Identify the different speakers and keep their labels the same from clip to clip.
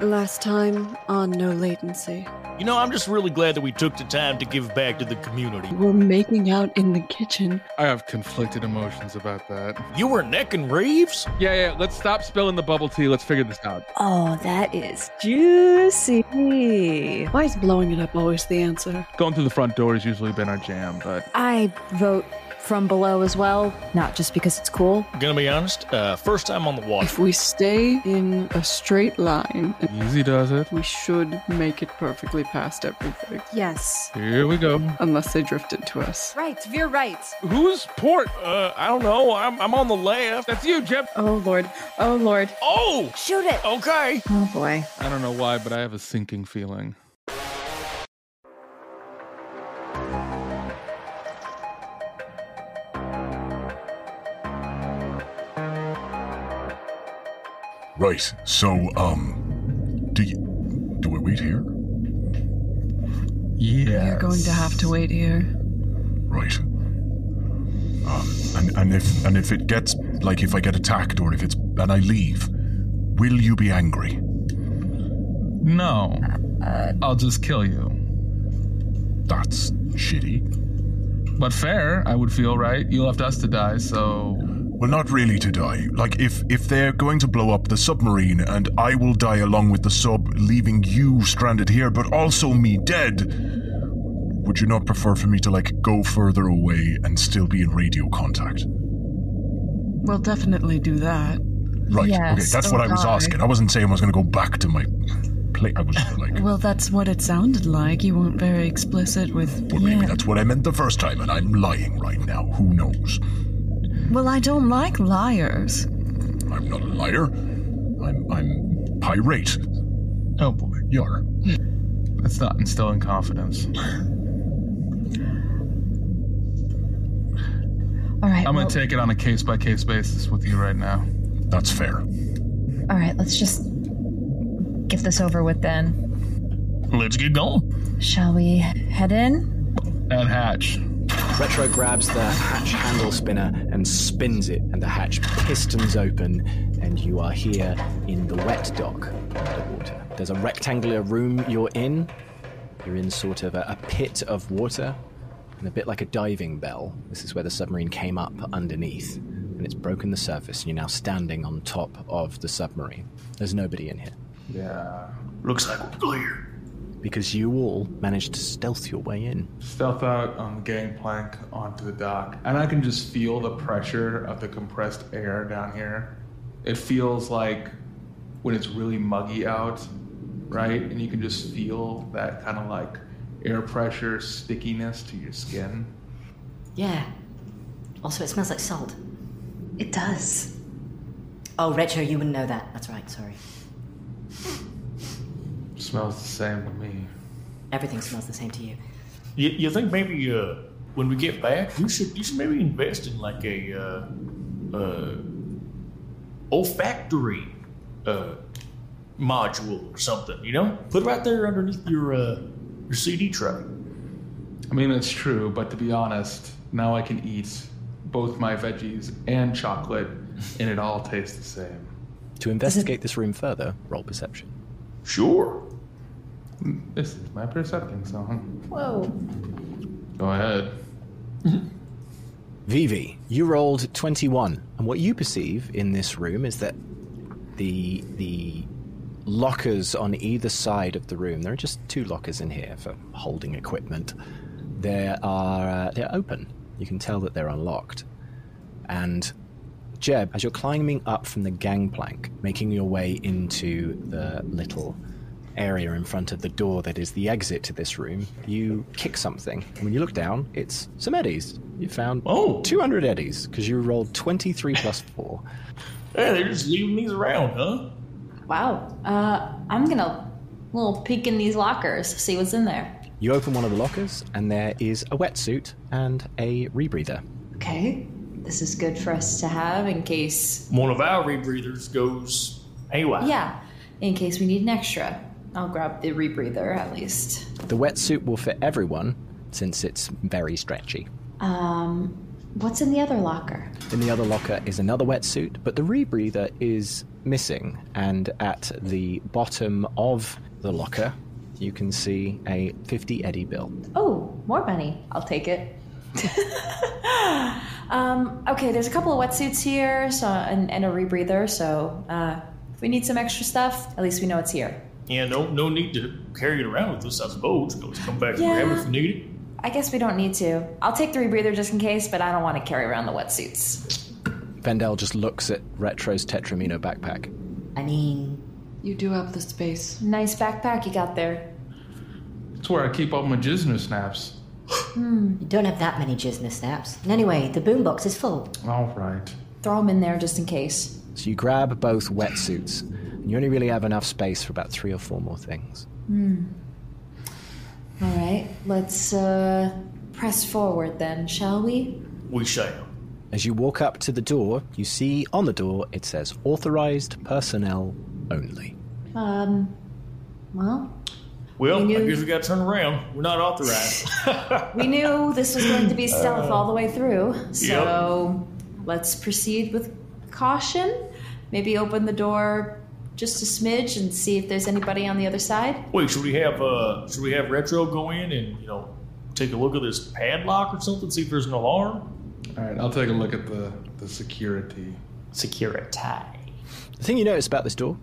Speaker 1: Last time on No Latency.
Speaker 2: You know, I'm just really glad that we took the time to give back to the community.
Speaker 1: We're making out in the kitchen.
Speaker 3: I have conflicted emotions about that.
Speaker 2: You were necking Reeves?
Speaker 3: Yeah, yeah, let's stop spilling the bubble tea. Let's figure this out.
Speaker 4: Oh, that is juicy.
Speaker 1: Why is blowing it up always the answer?
Speaker 3: Going through the front door has usually been our jam, but
Speaker 4: I vote from below as well, not just because it's cool.
Speaker 2: Gonna be honest, uh, first time on the water.
Speaker 1: If we stay in a straight line,
Speaker 3: easy does it.
Speaker 1: we should make it perfectly past everything.
Speaker 4: Yes.
Speaker 3: Here we go.
Speaker 1: Unless they drifted to us.
Speaker 4: Right, Veer right.
Speaker 2: Who's port? Uh, I don't know. I'm, I'm on the left.
Speaker 3: That's you, Jeb.
Speaker 1: Oh lord. Oh lord.
Speaker 2: Oh!
Speaker 4: Shoot it.
Speaker 2: Okay.
Speaker 4: Oh boy.
Speaker 3: I don't know why, but I have a sinking feeling.
Speaker 5: Right. So, um, do you do we wait here?
Speaker 3: Yeah.
Speaker 1: You're going to have to wait here.
Speaker 5: Right. Um, and, and if and if it gets like if I get attacked or if it's and I leave, will you be angry?
Speaker 3: No. I'll just kill you.
Speaker 5: That's shitty.
Speaker 3: But fair, I would feel right. You left us to die, so
Speaker 5: Well, not really to die. Like if if they're going to blow up the submarine and I will die along with the sub, leaving you stranded here, but also me dead. Would you not prefer for me to like go further away and still be in radio contact?
Speaker 1: We'll definitely do that.
Speaker 5: Right. okay,
Speaker 4: Yes.
Speaker 5: that's what I was
Speaker 1: Oh, God.
Speaker 5: asking. I wasn't saying I was going to go back to my play. I was like,
Speaker 1: Well, that's what it sounded like. You weren't very explicit with.
Speaker 5: well, maybe that's what I meant the first time, and I'm lying right now. Who knows?
Speaker 1: Well, I don't like liars.
Speaker 5: I'm not a liar. I'm I'm pirate.
Speaker 3: Oh boy.
Speaker 5: Yar.
Speaker 3: That's not instilling confidence.
Speaker 4: All right.
Speaker 3: I'm
Speaker 4: well,
Speaker 3: gonna take it on a case by case basis with you right now.
Speaker 5: That's fair.
Speaker 4: all right, let's just get this over with then.
Speaker 2: Let's get going.
Speaker 4: Shall we head in?
Speaker 3: That hatch.
Speaker 6: Retro grabs the hatch handle spinner and spins it, and the hatch pistons open, and you are here in the wet dock underwater. There's a rectangular room you're in. You're in sort of a, a pit of water, and a bit like a diving bell. This is where the submarine came up underneath, and it's broken the surface, and you're now standing on top of the submarine. There's nobody in here.
Speaker 3: Yeah.
Speaker 7: Looks like we're clear.
Speaker 6: Because you all managed to stealth your way in.
Speaker 3: stealth out on the gangplank onto the dock, and I can just feel the pressure of the compressed air down here. It feels like when it's really muggy out, right? And you can just feel that kind of like air pressure stickiness to your skin.
Speaker 8: Yeah. Also, it smells like salt. It does. Oh, Retro, you wouldn't know that. That's right, sorry.
Speaker 3: smells the same to me.
Speaker 8: Everything smells the same to you.
Speaker 7: You, you think maybe uh, when we get back, you should you should maybe invest in like a uh, uh, olfactory uh, module or something. You know, put it right there underneath your uh, your CD tray.
Speaker 3: I mean, it's true, but to be honest, now I can eat both my veggies and chocolate, and it all tastes the same.
Speaker 6: To investigate this room further, roll perception.
Speaker 7: Sure.
Speaker 3: This is my perception song.
Speaker 8: Whoa.
Speaker 3: Go ahead.
Speaker 6: Vivi, you rolled 21, and what you perceive in this room is that the the lockers on either side of the room. There are just two lockers in here for holding equipment. There are uh, they're open. You can tell that they're unlocked. And Jeb, as you're climbing up from the gangplank, making your way into the little area in front of the door that is the exit to this room, you kick something. And when you look down, it's some eddies. You found
Speaker 7: Oh.
Speaker 6: 200 eddies because you rolled 23 plus 4.
Speaker 7: Yeah, they're just leaving these around, huh?
Speaker 9: Wow. Uh, I'm gonna little peek in these lockers, see what's in there.
Speaker 6: You open one of the lockers, and there is a wetsuit and a rebreather.
Speaker 9: Okay. This is good for us to have in case.
Speaker 7: One of our rebreathers goes haywire.
Speaker 9: Yeah, in case we need an extra. I'll grab the rebreather at least.
Speaker 6: The wetsuit will fit everyone since it's very stretchy.
Speaker 9: Um, what's in the other locker?
Speaker 6: In the other locker is another wetsuit, but the rebreather is missing, and at the bottom of the locker, you can see a 50 Eddie bill.
Speaker 9: Oh, more money. I'll take it. um, okay, there's a couple of wetsuits here so, and, and a rebreather, so uh, if we need some extra stuff, at least we know it's here.
Speaker 10: Yeah, no, no need to carry it around with us, I suppose. Always come back and grab it if
Speaker 9: Yeah.
Speaker 10: you need it.
Speaker 9: I guess we don't need to. I'll take the rebreather just in case, but I don't want to carry around the wetsuits.
Speaker 6: Vendel just looks at Retro's Tetramino backpack.
Speaker 4: I mean,
Speaker 1: You do have the space.
Speaker 9: Nice backpack you got there.
Speaker 3: That's where I keep all my jizz snaps.
Speaker 4: you don't have that many jizz snaps. And anyway, the boombox is full.
Speaker 3: All right.
Speaker 9: Throw them in there just in case.
Speaker 6: So you grab both wetsuits, and you only really have enough space for about three or four more things.
Speaker 9: All right, let's uh, press forward then, shall we?
Speaker 10: We shall.
Speaker 6: As you walk up to the door, you see on the door it says authorized personnel only.
Speaker 9: Um, well,
Speaker 10: Well,
Speaker 9: We
Speaker 10: I
Speaker 9: knew-
Speaker 10: guess we got to turn around. We're not authorized.
Speaker 9: we knew this was going to be stealth all the way through, so let's proceed with caution. Maybe open the door just a smidge and see if there's anybody on the other side.
Speaker 10: Wait, should we have uh, should we have Retro go in and you know take a look at this padlock or something? See if there's an alarm.
Speaker 3: All right, I'll take a look at the, the security.
Speaker 10: Security.
Speaker 6: The thing you notice about this door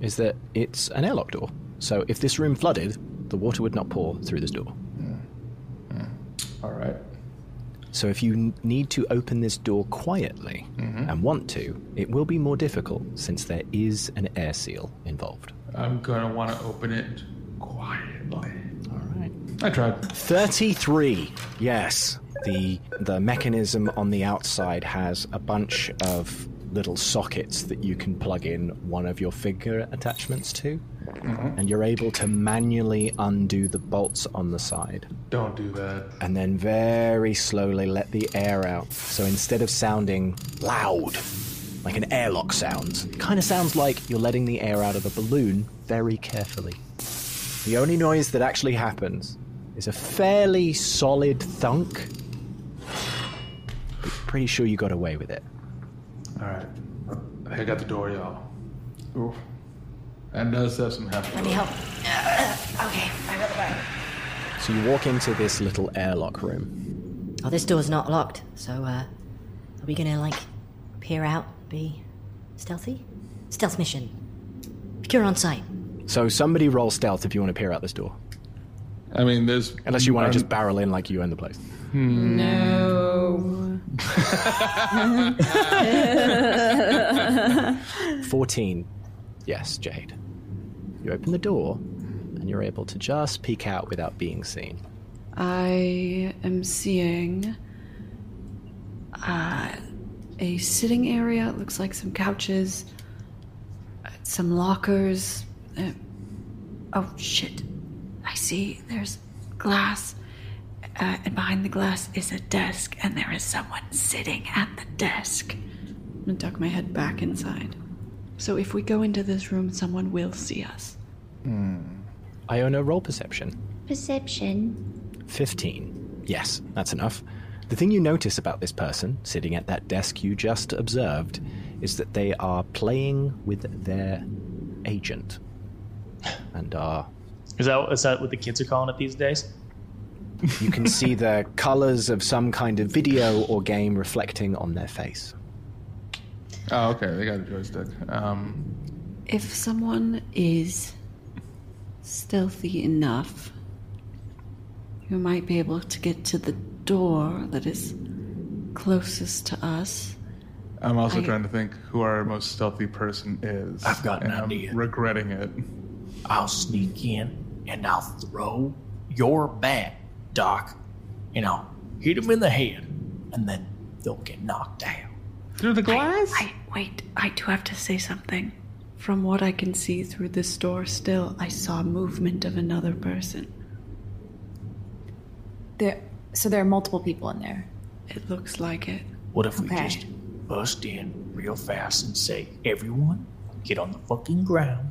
Speaker 6: is that it's an airlock door. So if this room flooded, the water would not pour through this door.
Speaker 3: All right.
Speaker 6: So if you n- need to open this door quietly and want to, it will be more difficult since there is an air seal involved.
Speaker 3: I'm going to want to open it quietly.
Speaker 6: All right.
Speaker 3: I tried.
Speaker 6: 33. Yes. The the mechanism on the outside has a bunch of little sockets that you can plug in one of your finger attachments to and you're able to manually undo the bolts on the side
Speaker 3: Don't do that.
Speaker 6: and then very slowly let the air out. So instead of sounding loud like an airlock sounds, kind of sounds like you're letting the air out of a balloon very carefully. The only noise that actually happens is a fairly solid thunk. But pretty sure you got away with it.
Speaker 3: All right. I got the door, y'all. Oof. That does have some
Speaker 4: Let me
Speaker 3: heft.
Speaker 4: help.
Speaker 8: Uh,
Speaker 4: okay, I got the bag.
Speaker 6: So you walk into this little airlock room.
Speaker 4: Oh, this door's not locked, so, uh, are we gonna, like, peer out, be stealthy? Stealth mission. Secure on site.
Speaker 6: So somebody roll stealth if you want to peer out this door.
Speaker 3: I mean, there's.
Speaker 6: Unless you want
Speaker 3: I'm-
Speaker 6: to just barrel in like you own the place.
Speaker 1: No.
Speaker 6: 14. Yes, Jade. You open the door and you're able to just peek out without being seen.
Speaker 1: I am seeing uh, a sitting area. It looks like some couches, uh, some lockers. uh, oh shit! I see. There's glass, uh, and behind the glass is a desk, and there is someone sitting at the desk. I'm gonna duck my head back inside. So if we go into this room, someone will see us.
Speaker 6: Iona, roll perception.
Speaker 11: Perception.
Speaker 6: 15. Yes, that's enough. The thing you notice about this person sitting at that desk you just observed is that they are playing with their agent and are
Speaker 7: Is that is that what the kids are calling it these days?
Speaker 6: you can see the colors of some kind of video or game reflecting on their face.
Speaker 3: Oh, okay. They got a joystick. Um,
Speaker 1: If someone is stealthy enough, you might be able to get to the door that is closest to us.
Speaker 3: I'm also
Speaker 1: I-
Speaker 3: trying to think who our most stealthy person is.
Speaker 10: I've got an
Speaker 3: and
Speaker 10: idea.
Speaker 3: I'm regretting it.
Speaker 10: I'll sneak in and I'll throw your bat, Doc, and I'll hit him in the head, and then they'll get knocked out.
Speaker 3: Through the glass?
Speaker 1: I wait, I do have to say something. From what I can see through this door still, I saw movement of another person.
Speaker 9: There, so there are multiple people in there.
Speaker 1: It looks like it.
Speaker 10: What if we
Speaker 9: Okay.
Speaker 10: just bust in real fast and say, "Everyone, get on the fucking ground,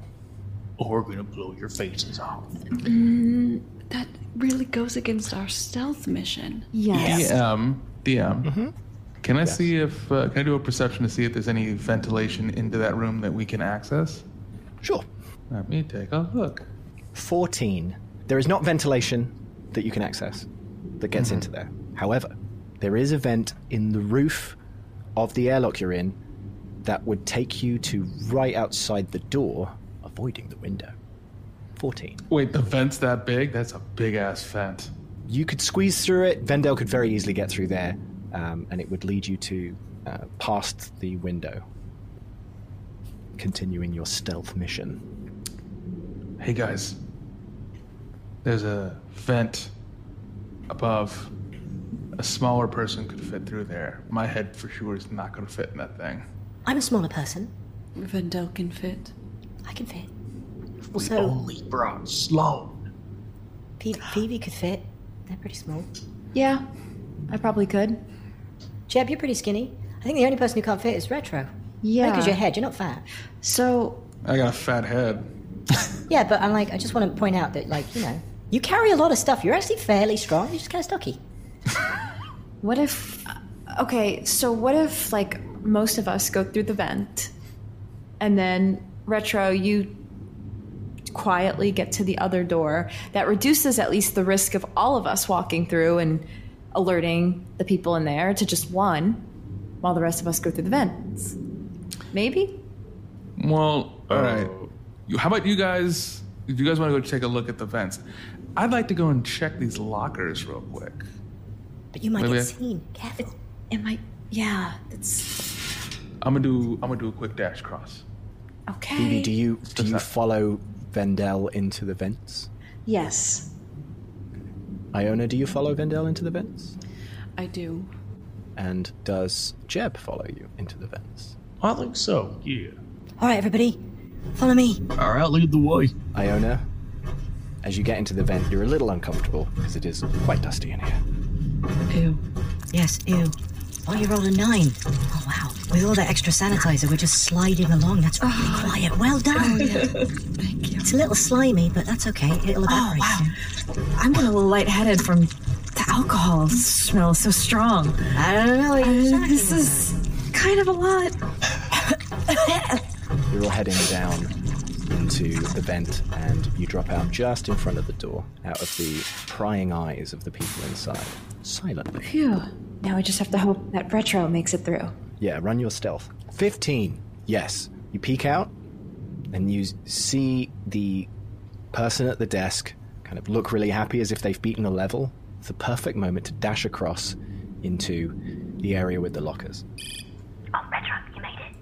Speaker 10: or we're gonna blow your faces off."
Speaker 1: That really goes against our stealth mission.
Speaker 9: Yes.
Speaker 10: Mm-hmm.
Speaker 3: DM. DM. um, Can I see if uh, can I do a perception to see if there's any ventilation into that room that we can access?
Speaker 6: Sure.
Speaker 3: Let me take a look.
Speaker 6: 14. There is not ventilation that you can access that gets into there. However, there is a vent in the roof of the airlock you're in that would take you to right outside the door, avoiding the window. 14.
Speaker 3: Wait, the vent's that big? That's a big ass vent.
Speaker 6: You could squeeze through it. Vendel could very easily get through there, um, and it would lead you to uh, past the window, continuing your stealth mission.
Speaker 3: Hey guys, there's a vent above. A smaller person could fit through there. My head for sure is not going to fit in that thing.
Speaker 4: I'm a smaller person.
Speaker 1: Vendel can fit.
Speaker 4: I can fit.
Speaker 10: We
Speaker 4: Also,
Speaker 10: only brought Sloan.
Speaker 4: Phoe- Phoebe could fit. They're pretty small.
Speaker 9: Yeah, I probably could.
Speaker 4: Jeb, you're pretty skinny. I think the only person who can't fit is Retro.
Speaker 9: Yeah.
Speaker 4: Because your head, you're not fat.
Speaker 9: So,
Speaker 3: I got a fat head.
Speaker 4: yeah, but I'm like, I just want to point out that, like, you know, you carry a lot of stuff. You're actually fairly strong. You're just kind of stocky.
Speaker 9: what if. Okay, so what if, like, most of us go through the vent and then, Retro, you quietly get to the other door? That reduces at least the risk of all of us walking through and alerting the people in there to just one while the rest of us go through the vents. Maybe?
Speaker 3: Well, all right. You- How about you guys? If you guys want to go take a look at the vents, I'd like to go and check these lockers real quick.
Speaker 4: But you might
Speaker 3: Maybe
Speaker 4: get
Speaker 3: I-
Speaker 4: seen. Careful.
Speaker 9: It might. Yeah, that's.
Speaker 3: I'm gonna do. I'm gonna do a quick dash cross.
Speaker 9: Okay.
Speaker 6: Phoebe, do you do you follow Vendel into the vents?
Speaker 9: Yes.
Speaker 6: Iona, do you follow Vendel into the vents?
Speaker 1: I do.
Speaker 6: And does Jeb follow you into the vents?
Speaker 7: I think so, yeah.
Speaker 4: All right, everybody, follow me.
Speaker 6: All right, lead the way. Iona, as you get into the vent, you're a little uncomfortable because it is quite dusty in here.
Speaker 12: Ew.
Speaker 4: Yes, ew. Oh, you rolled a nine. Oh, wow. With all that extra sanitizer, we're just sliding along. That's really quiet. Well done. Thank you. It's a little slimy, but that's okay. It'll evaporate soon.
Speaker 13: I'm a little lightheaded from the alcohol smell so strong.
Speaker 4: I don't know.
Speaker 13: this is kind of a lot.
Speaker 6: You're all heading down into the vent, and you drop out just in front of the door, out of the prying eyes of the people inside, silently.
Speaker 9: Phew. Now I just have to hope that Retro makes it through.
Speaker 6: Yeah, run your stealth. 15. Yes. You peek out and you s- see the person at the desk kind of look really happy as if they've beaten a level. It's the perfect moment to dash across into the area with the lockers.
Speaker 11: Oh, Retro, you made it.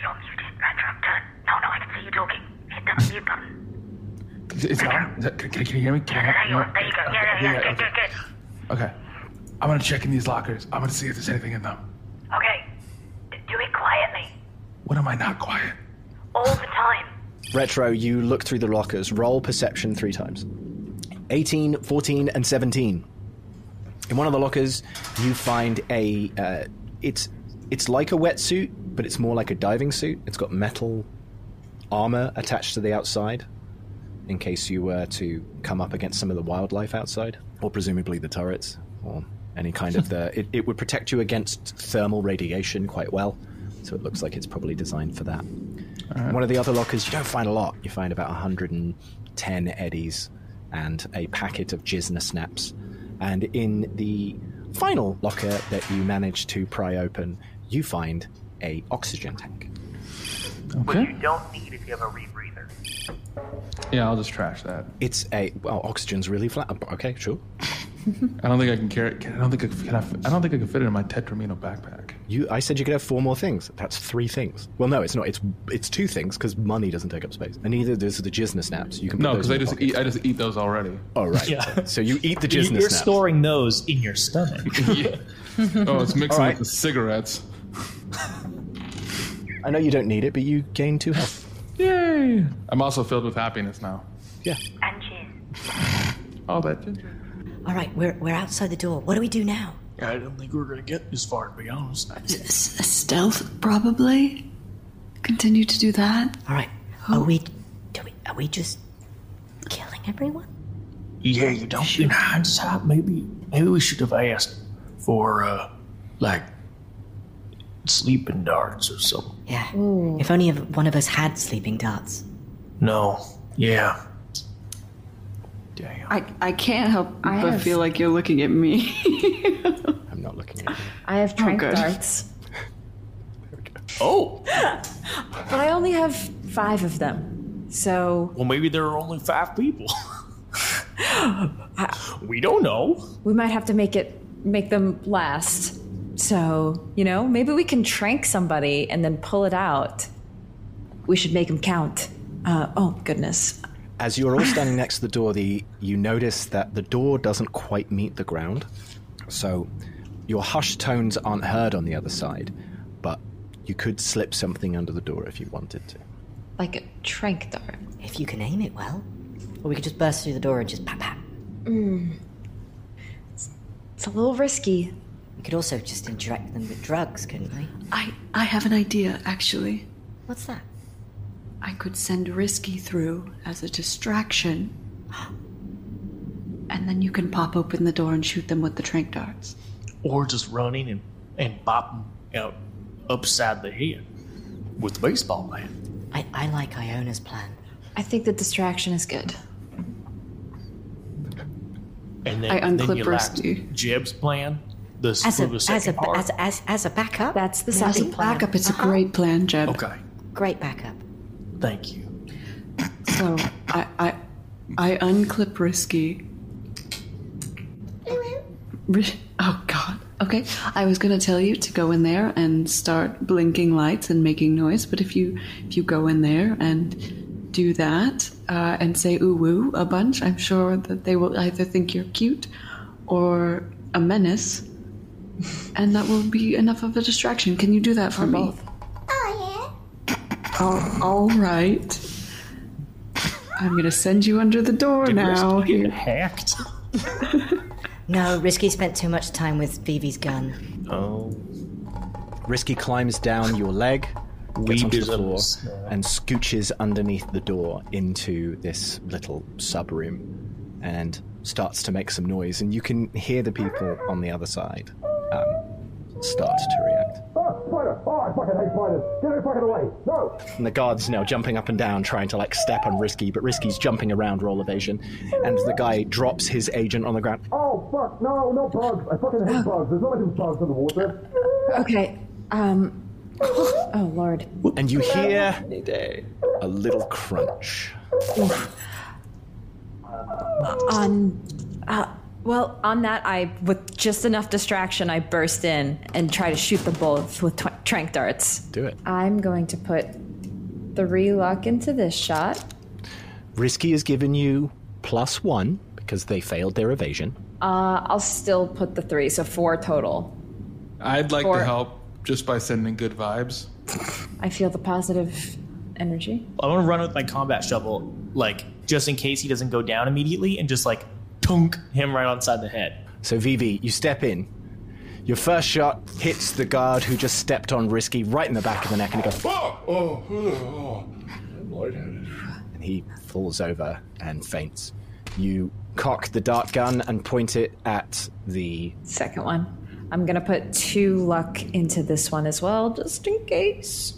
Speaker 11: You're muted, Retro. Turn. No, no, I can see you talking. Hit the mute button.
Speaker 3: It's not, can, can you hear me? Can I-
Speaker 11: There you go. Yeah, yeah, yeah. Good, good, good.
Speaker 3: Okay. I'm gonna check in these lockers. I'm gonna see if there's anything in them.
Speaker 11: Okay. D- Do it quietly.
Speaker 3: When am I not quiet?
Speaker 11: All the time.
Speaker 6: Retro, you look through the lockers, roll perception three times 18, 14, and 17. In one of the lockers, you find a. Uh, it's it's like a wetsuit, but it's more like a diving suit. It's got metal armor attached to the outside, in case you were to come up against some of the wildlife outside, or presumably the turrets, or any kind of the. It, it would protect you against thermal radiation quite well, so it looks like it's probably designed for that. One of the other lockers, you don't find a lot. You find about 110 eddies and a packet of Jizna snaps. And in the final locker that you manage to pry open, you find a oxygen tank.
Speaker 3: Okay.
Speaker 14: don't need if you have a rebreather.
Speaker 3: Yeah, I'll just trash that.
Speaker 6: It's a well, oxygen's really flat. Uh, Okay, sure.
Speaker 3: I don't think I can carry. Can, I don't think I, can I, I don't think I can fit it in my tetramino backpack.
Speaker 6: You, I said you could have four more things. That's three things. Well, no, it's not. It's it's two things because money doesn't take up space, and neither does the Jizna snaps. You can put
Speaker 3: No,
Speaker 6: those
Speaker 3: because
Speaker 6: in
Speaker 3: I
Speaker 6: your
Speaker 3: just
Speaker 6: pocket.
Speaker 3: eat. I just eat those already.
Speaker 6: Oh right. So, you eat the
Speaker 7: You-
Speaker 6: Jizna
Speaker 7: You're
Speaker 6: snaps.
Speaker 7: storing those in your stomach.
Speaker 3: Oh, it's mixing
Speaker 6: Alright.
Speaker 3: with the cigarettes.
Speaker 6: I know you don't need it, but you gain two health.
Speaker 3: Yay! I'm also filled with happiness now.
Speaker 6: Yeah.
Speaker 11: And cheers.
Speaker 3: All that.
Speaker 4: All right, we're, we're outside the door. What do we do now?
Speaker 10: I don't think we're gonna get this far, to be honest.
Speaker 1: Stealth, probably. Continue to do that.
Speaker 4: All right. Are we, do we, are we just killing everyone?
Speaker 10: Yeah, you don't. In hindsight, maybe maybe we should have asked for uh, like sleeping darts or something.
Speaker 4: Yeah. If only if one of us had sleeping darts.
Speaker 10: No. Yeah.
Speaker 1: I, I can't help
Speaker 10: I
Speaker 1: but
Speaker 10: have-
Speaker 1: feel like you're looking at me.
Speaker 6: I'm not looking at you.
Speaker 9: I have trank
Speaker 1: good.
Speaker 9: darts,
Speaker 10: Oh,
Speaker 9: but I only have five of them. So
Speaker 7: Well, maybe there are only five people. we don't know.
Speaker 9: we might have to make it make them last. So you know, maybe we can trank somebody and then pull it out. We should make them count. Uh, oh goodness!
Speaker 6: As you're all standing next to the door, the you notice that the door doesn't quite meet the ground. So your hushed tones aren't heard on the other side, but you could slip something under the door if you wanted to.
Speaker 9: Like a trank dart.
Speaker 4: If you can aim it well. Or we could just burst through the door and just pap pap.
Speaker 9: Mm. It's- It's a little risky.
Speaker 4: We could also just inject them with drugs, couldn't we?
Speaker 1: I, I have an idea, actually.
Speaker 4: What's that?
Speaker 1: I could send Risky through as a distraction. And then you can pop open the door and shoot them with the trank darts.
Speaker 7: Or just running and, and bopping out upside the head with the baseball bat.
Speaker 4: I, I like Iona's plan.
Speaker 9: I think the distraction is good.
Speaker 7: And then,
Speaker 9: I
Speaker 7: then
Speaker 9: unclip
Speaker 7: you
Speaker 9: Rusty.
Speaker 7: like Jeb's plan. The, s-
Speaker 4: As
Speaker 7: for
Speaker 4: a,
Speaker 7: the
Speaker 4: as,
Speaker 7: second
Speaker 4: a,
Speaker 7: part.
Speaker 4: as, as, as a backup?
Speaker 9: That's the
Speaker 1: As a
Speaker 4: second plan.
Speaker 1: backup, it's a
Speaker 4: Uh-huh.
Speaker 1: great plan, Jeb.
Speaker 7: Okay.
Speaker 4: Great backup.
Speaker 7: Thank you.
Speaker 1: So I, I, I unclip Risky. Ri- Oh God. Okay, I was gonna tell you to go in there and start blinking lights and making noise, but if you if you go in there and do that uh, and say ooh woo a bunch, I'm sure that they will either think you're cute or a menace, and that will be enough of a distraction. Can you do that for me? Oh, all right. I'm gonna send you under the door now. Here.
Speaker 7: hacked.
Speaker 4: No, Risky spent too much time with Vivi's gun.
Speaker 6: Oh. Risky climbs down your leg, gets
Speaker 7: Weeb
Speaker 6: onto
Speaker 7: is
Speaker 6: the floor,
Speaker 7: upstairs.
Speaker 6: and scooches underneath the door into this little sub room and starts to make some noise. And you can hear the people on the other side um, start to react.
Speaker 15: Get her fucking away! No!
Speaker 6: And the guards now jumping up and down, trying to like step on Risky, but Risky's jumping around roll evasion. And the guy drops his agent on the ground.
Speaker 15: Oh fuck! No, no bugs! I fucking hate bugs. There's not many bugs in the water.
Speaker 9: Okay. Um. Oh Lord.
Speaker 6: And you hear a little crunch.
Speaker 9: On. Uh, well, on that, I with just enough distraction, I burst in and try to shoot them both with tw- trank darts.
Speaker 6: Do it.
Speaker 9: I'm going to put three luck into this shot.
Speaker 6: Risky has given you plus one because they failed their evasion.
Speaker 9: Uh, I'll still put the three, so four total.
Speaker 3: I'd like
Speaker 9: Or-
Speaker 3: to help just by sending good vibes.
Speaker 9: I feel the positive energy.
Speaker 7: I'm gonna run with my combat shovel, like just in case he doesn't go down immediately, and just like tunk him right outside the head.
Speaker 6: So, Vivi, you step in. Your first shot hits the guard who just stepped on Risky right in the back of the neck, and he goes,
Speaker 15: Oh! Oh! oh. Lord.
Speaker 6: and he falls over and faints. You cock the dart gun and point it at the
Speaker 9: Second one. I'm gonna put two luck into this one as well, just in case.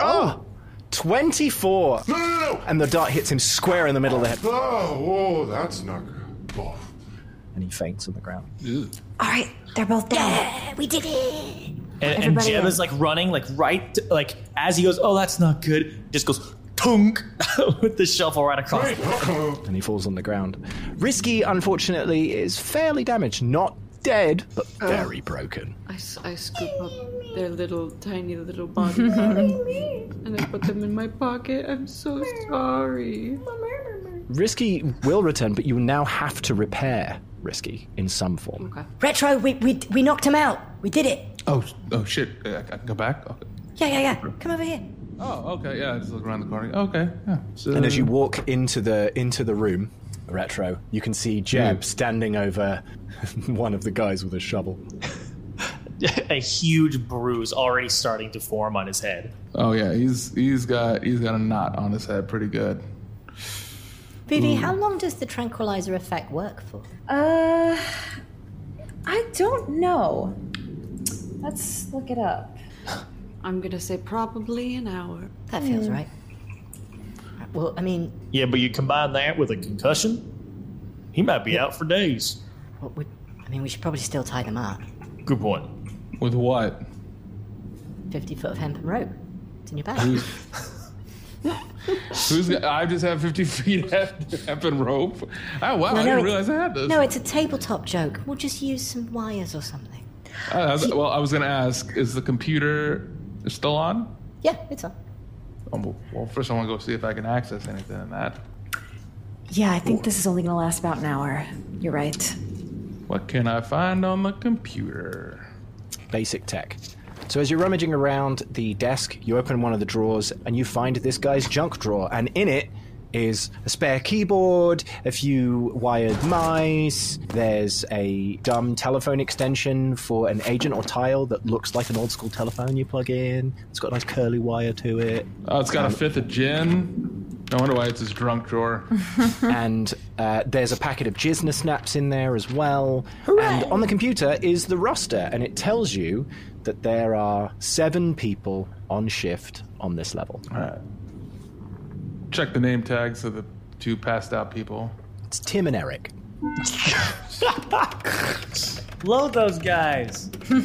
Speaker 6: Oh! 24! And the dart hits him square in the middle of the head.
Speaker 15: Oh, whoa, that's not good. Oh.
Speaker 6: And he faints on the ground.
Speaker 9: All right, they're both dead.
Speaker 12: Uh,
Speaker 11: we did it!
Speaker 7: And, and
Speaker 11: Everybody
Speaker 7: Jeb
Speaker 11: in.
Speaker 7: is like running, like right, like as he goes, oh, that's not good. Just goes tunk with the shovel right across.
Speaker 6: And he falls on the ground. Risky, unfortunately, is fairly damaged. Not dead, but very broken.
Speaker 1: I, s- I scoop up their little tiny little body parts and I put them in my pocket. I'm so sorry.
Speaker 6: Risky will return, but you now have to repair Risky in some form.
Speaker 4: Retro, we, we, we knocked him out. We did it.
Speaker 3: Oh, oh shit! I I can go back. Okay.
Speaker 4: Yeah, yeah, yeah. Come over here.
Speaker 3: Oh, okay. Yeah, just look around the corner. Okay. Yeah. So,
Speaker 6: And as you walk into the into the room, retro, you can see Jeb standing over one of the guys with a shovel.
Speaker 7: a huge bruise already starting to form on his head.
Speaker 3: Oh yeah, he's he's got he's got a knot on his head pretty good.
Speaker 4: Vivi,
Speaker 7: Hmm.
Speaker 3: Ooh.
Speaker 4: how long does the tranquilizer effect work for?
Speaker 9: Uh, I don't know. Let's look it up.
Speaker 1: I'm gonna say probably an hour.
Speaker 4: That feels right. Well, I mean,
Speaker 7: Yeah, but you combine that with a concussion, he might be out for days.
Speaker 4: what would, I mean, we should probably still tie them up.
Speaker 7: Good point.
Speaker 3: With what?
Speaker 4: 50 foot of hemp and rope. It's in your bag.
Speaker 7: Hmm.
Speaker 3: Who's, who's got- I just have 50 feet of hemp and rope. Oh, wow.
Speaker 4: No,
Speaker 3: I
Speaker 4: no,
Speaker 3: didn't
Speaker 4: it-
Speaker 3: realize I had this.
Speaker 4: No, it's a tabletop joke. We'll just use some wires or something.
Speaker 3: Uh, I was- well, I was going to ask is the computer still on?
Speaker 4: Yeah, it's on.
Speaker 3: Um, Well, first, I want to go see if I can access anything in that.
Speaker 9: Yeah, I think this is only going to last about an hour. You're right.
Speaker 3: What can I find on the computer?
Speaker 6: Basic tech. So as you're rummaging around the desk, you open one of the drawers and you find this guy's junk drawer, and in it is a spare keyboard, a few wired mice, there's a dumb telephone extension for an agent or tile that looks like an old school telephone you plug in. It's got a nice curly wire to it.
Speaker 3: Oh, it's got a fifth of gin. No wonder why it's his drunk drawer.
Speaker 6: and uh, there's a packet of Jizna snaps in there as well. And on the computer is the roster, and it tells you that there are seven people on shift on this level.
Speaker 3: All right. Check the name tags of the two passed out people.
Speaker 6: It's Tim and Eric.
Speaker 7: Love those guys.
Speaker 3: We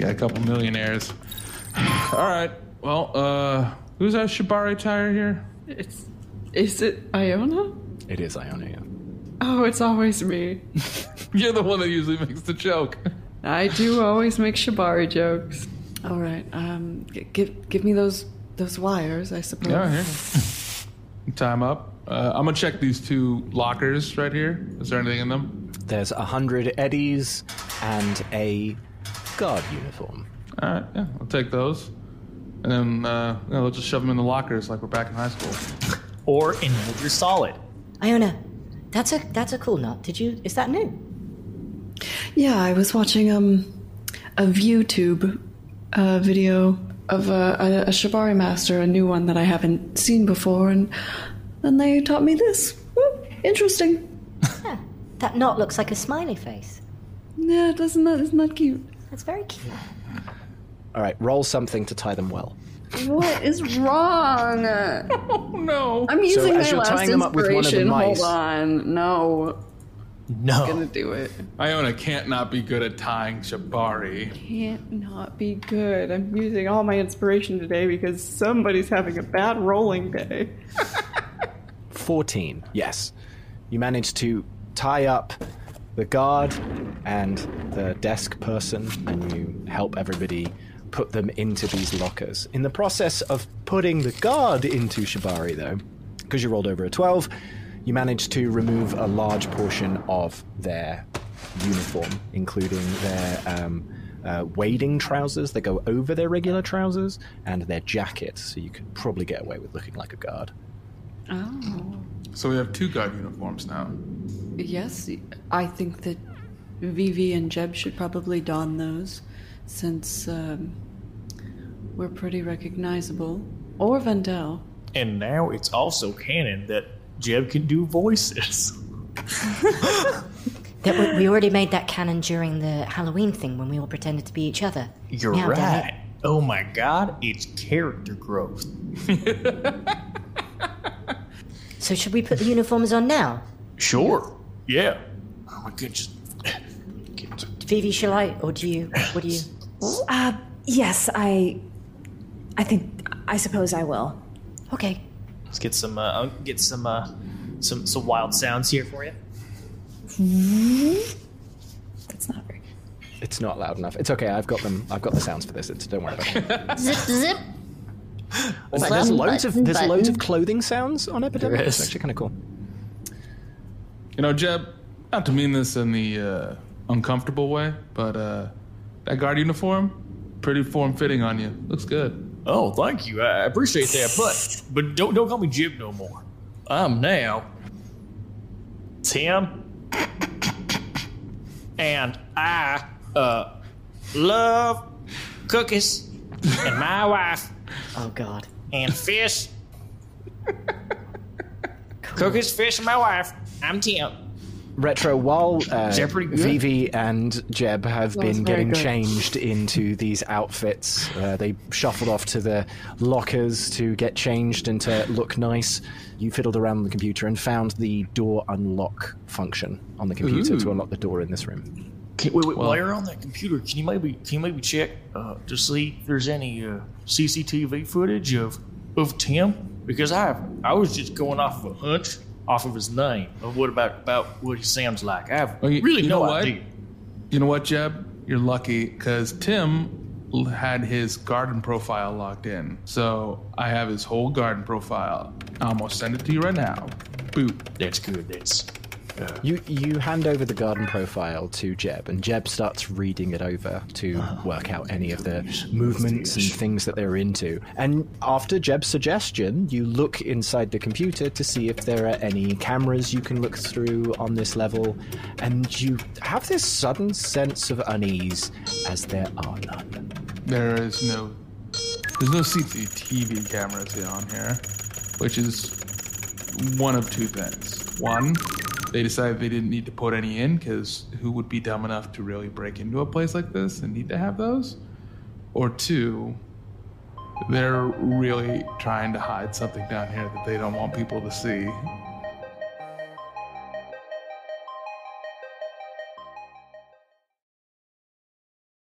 Speaker 3: got a couple millionaires. All right. Well, uh, who's our Shibari tire here?
Speaker 12: It's is it Iona?
Speaker 6: It is Ionia.
Speaker 12: Oh, it's always me.
Speaker 3: You're the one that usually makes the joke.
Speaker 12: I do always make Shibari jokes.
Speaker 1: All right. Um, g- give give me those those wires. I suppose.
Speaker 3: Yeah, here. Time up. Uh, I'm gonna check these two lockers right here. Is there anything in them?
Speaker 6: There's a hundred eddies and a guard uniform.
Speaker 3: All right. Yeah, I'll take those. And then uh, yeah, we'll just shove them in the lockers like we're back in high school.
Speaker 7: Or in Soldier Solid.
Speaker 4: Iona, that's a that's a cool knot. Did you? Is that new?
Speaker 1: Yeah, I was watching um a ViewTube uh, video of a, a, a Shibari master, a new one that I haven't seen before, and and they taught me this. Hmm, interesting.
Speaker 4: That knot looks like a smiley face.
Speaker 1: Yeah, doesn't that isn't that cute?
Speaker 4: That's very cute.
Speaker 6: All right, roll something to tie them well.
Speaker 1: What is wrong?
Speaker 3: oh no!
Speaker 1: I'm
Speaker 6: So
Speaker 1: using
Speaker 6: as
Speaker 1: my
Speaker 6: you're
Speaker 1: last
Speaker 6: tying them up with one of the
Speaker 1: inspiration. Hold
Speaker 6: mice-
Speaker 1: on, no.
Speaker 7: No.
Speaker 1: I'm gonna do it.
Speaker 3: Iona can't not be good at tying Shibari.
Speaker 1: Can't not be good. I'm using all my inspiration today because somebody's having a bad rolling day.
Speaker 6: 14. Yes. You managed to tie up the guard and the desk person, and you help everybody put them into these lockers. In the process of putting the guard into Shibari, though, because you rolled over a 12, you managed to remove a large portion of their uniform, including their um, uh, wading trousers that go over their regular trousers and their jacket, so you could probably get away with looking like a guard.
Speaker 1: Oh.
Speaker 3: So we have two guard uniforms now.
Speaker 1: Yes, I think that Vivi and Jeb should probably don those since um, we're pretty recognizable. Or Vendel.
Speaker 7: And now it's also canon that Jeb can do voices.
Speaker 4: That we, we already made that canon during the Halloween thing when we all pretended to be each other.
Speaker 7: You're
Speaker 4: Now, damn it.
Speaker 7: right. Oh my god, it's character growth.
Speaker 4: So should we put the uniforms on now?
Speaker 7: Sure. Yeah. Oh my goodness.
Speaker 4: Vivi, shall I, or do you? What do you?
Speaker 9: Uh, yes, I. I think. I suppose I will.
Speaker 4: Okay.
Speaker 7: Let's get some uh, get some uh, some some wild sounds here for you.
Speaker 9: That's not very.
Speaker 6: It's not loud enough. It's okay. I've got them. I've got the sounds for this. It's, don't worry about it.
Speaker 4: Zip, zip.
Speaker 6: In fact, there's loads of there's loads of clothing sounds on Epidemic.
Speaker 3: There is.
Speaker 6: It's actually kind of cool.
Speaker 3: You know, Jeb, not to mean this in the uh, uncomfortable way, but uh, that guard uniform, pretty form fitting on you. Looks good.
Speaker 7: Oh, thank you. I appreciate that, but but don't don't call me Jib no more. I'm now Tim, and I uh love cookies and my wife
Speaker 4: Oh God.
Speaker 7: and fish. Cookies, fish, and my wife. I'm Tim.
Speaker 6: Retro, while uh,
Speaker 7: They're pretty good.
Speaker 6: Vivi and Jeb have
Speaker 7: That was
Speaker 6: been
Speaker 7: very
Speaker 6: getting
Speaker 7: good.
Speaker 6: changed into these outfits, uh, they shuffled off to the lockers to get changed and to look nice. You fiddled around the computer and found the door unlock function on the computer to
Speaker 7: Ooh.
Speaker 6: unlock the door in this room.
Speaker 7: Can, wait, wait. while you're on that computer, can you maybe can you maybe check uh, to see if there's any uh, CCTV footage of of Tim? Because I I was just going off of a hunch, off of his name, of what about about what he sounds like. I have
Speaker 3: Well, you-
Speaker 7: really
Speaker 3: you
Speaker 7: no
Speaker 3: know what?
Speaker 7: idea.
Speaker 3: You know what, Jeb? You're lucky because Tim l- had his garden profile locked in. So I have his whole garden profile. I'm going to send it to you right now. Boop.
Speaker 7: That's good. That's.
Speaker 6: You you hand over the garden profile to Jeb, and Jeb starts reading it over to
Speaker 16: Ah.
Speaker 6: work out any of the movements and things that they're into. And after Jeb's suggestion, you look inside the computer to see if there are any cameras you can look through on this level, and you have this sudden sense of unease as there are none.
Speaker 3: There is no, there's no CCTV cameras on here, which is one of two things. One, they decided they didn't need to put any in because who would be dumb enough to really break into a place like this and need to have those? Or two, they're really trying to hide something down here that they don't want people to see.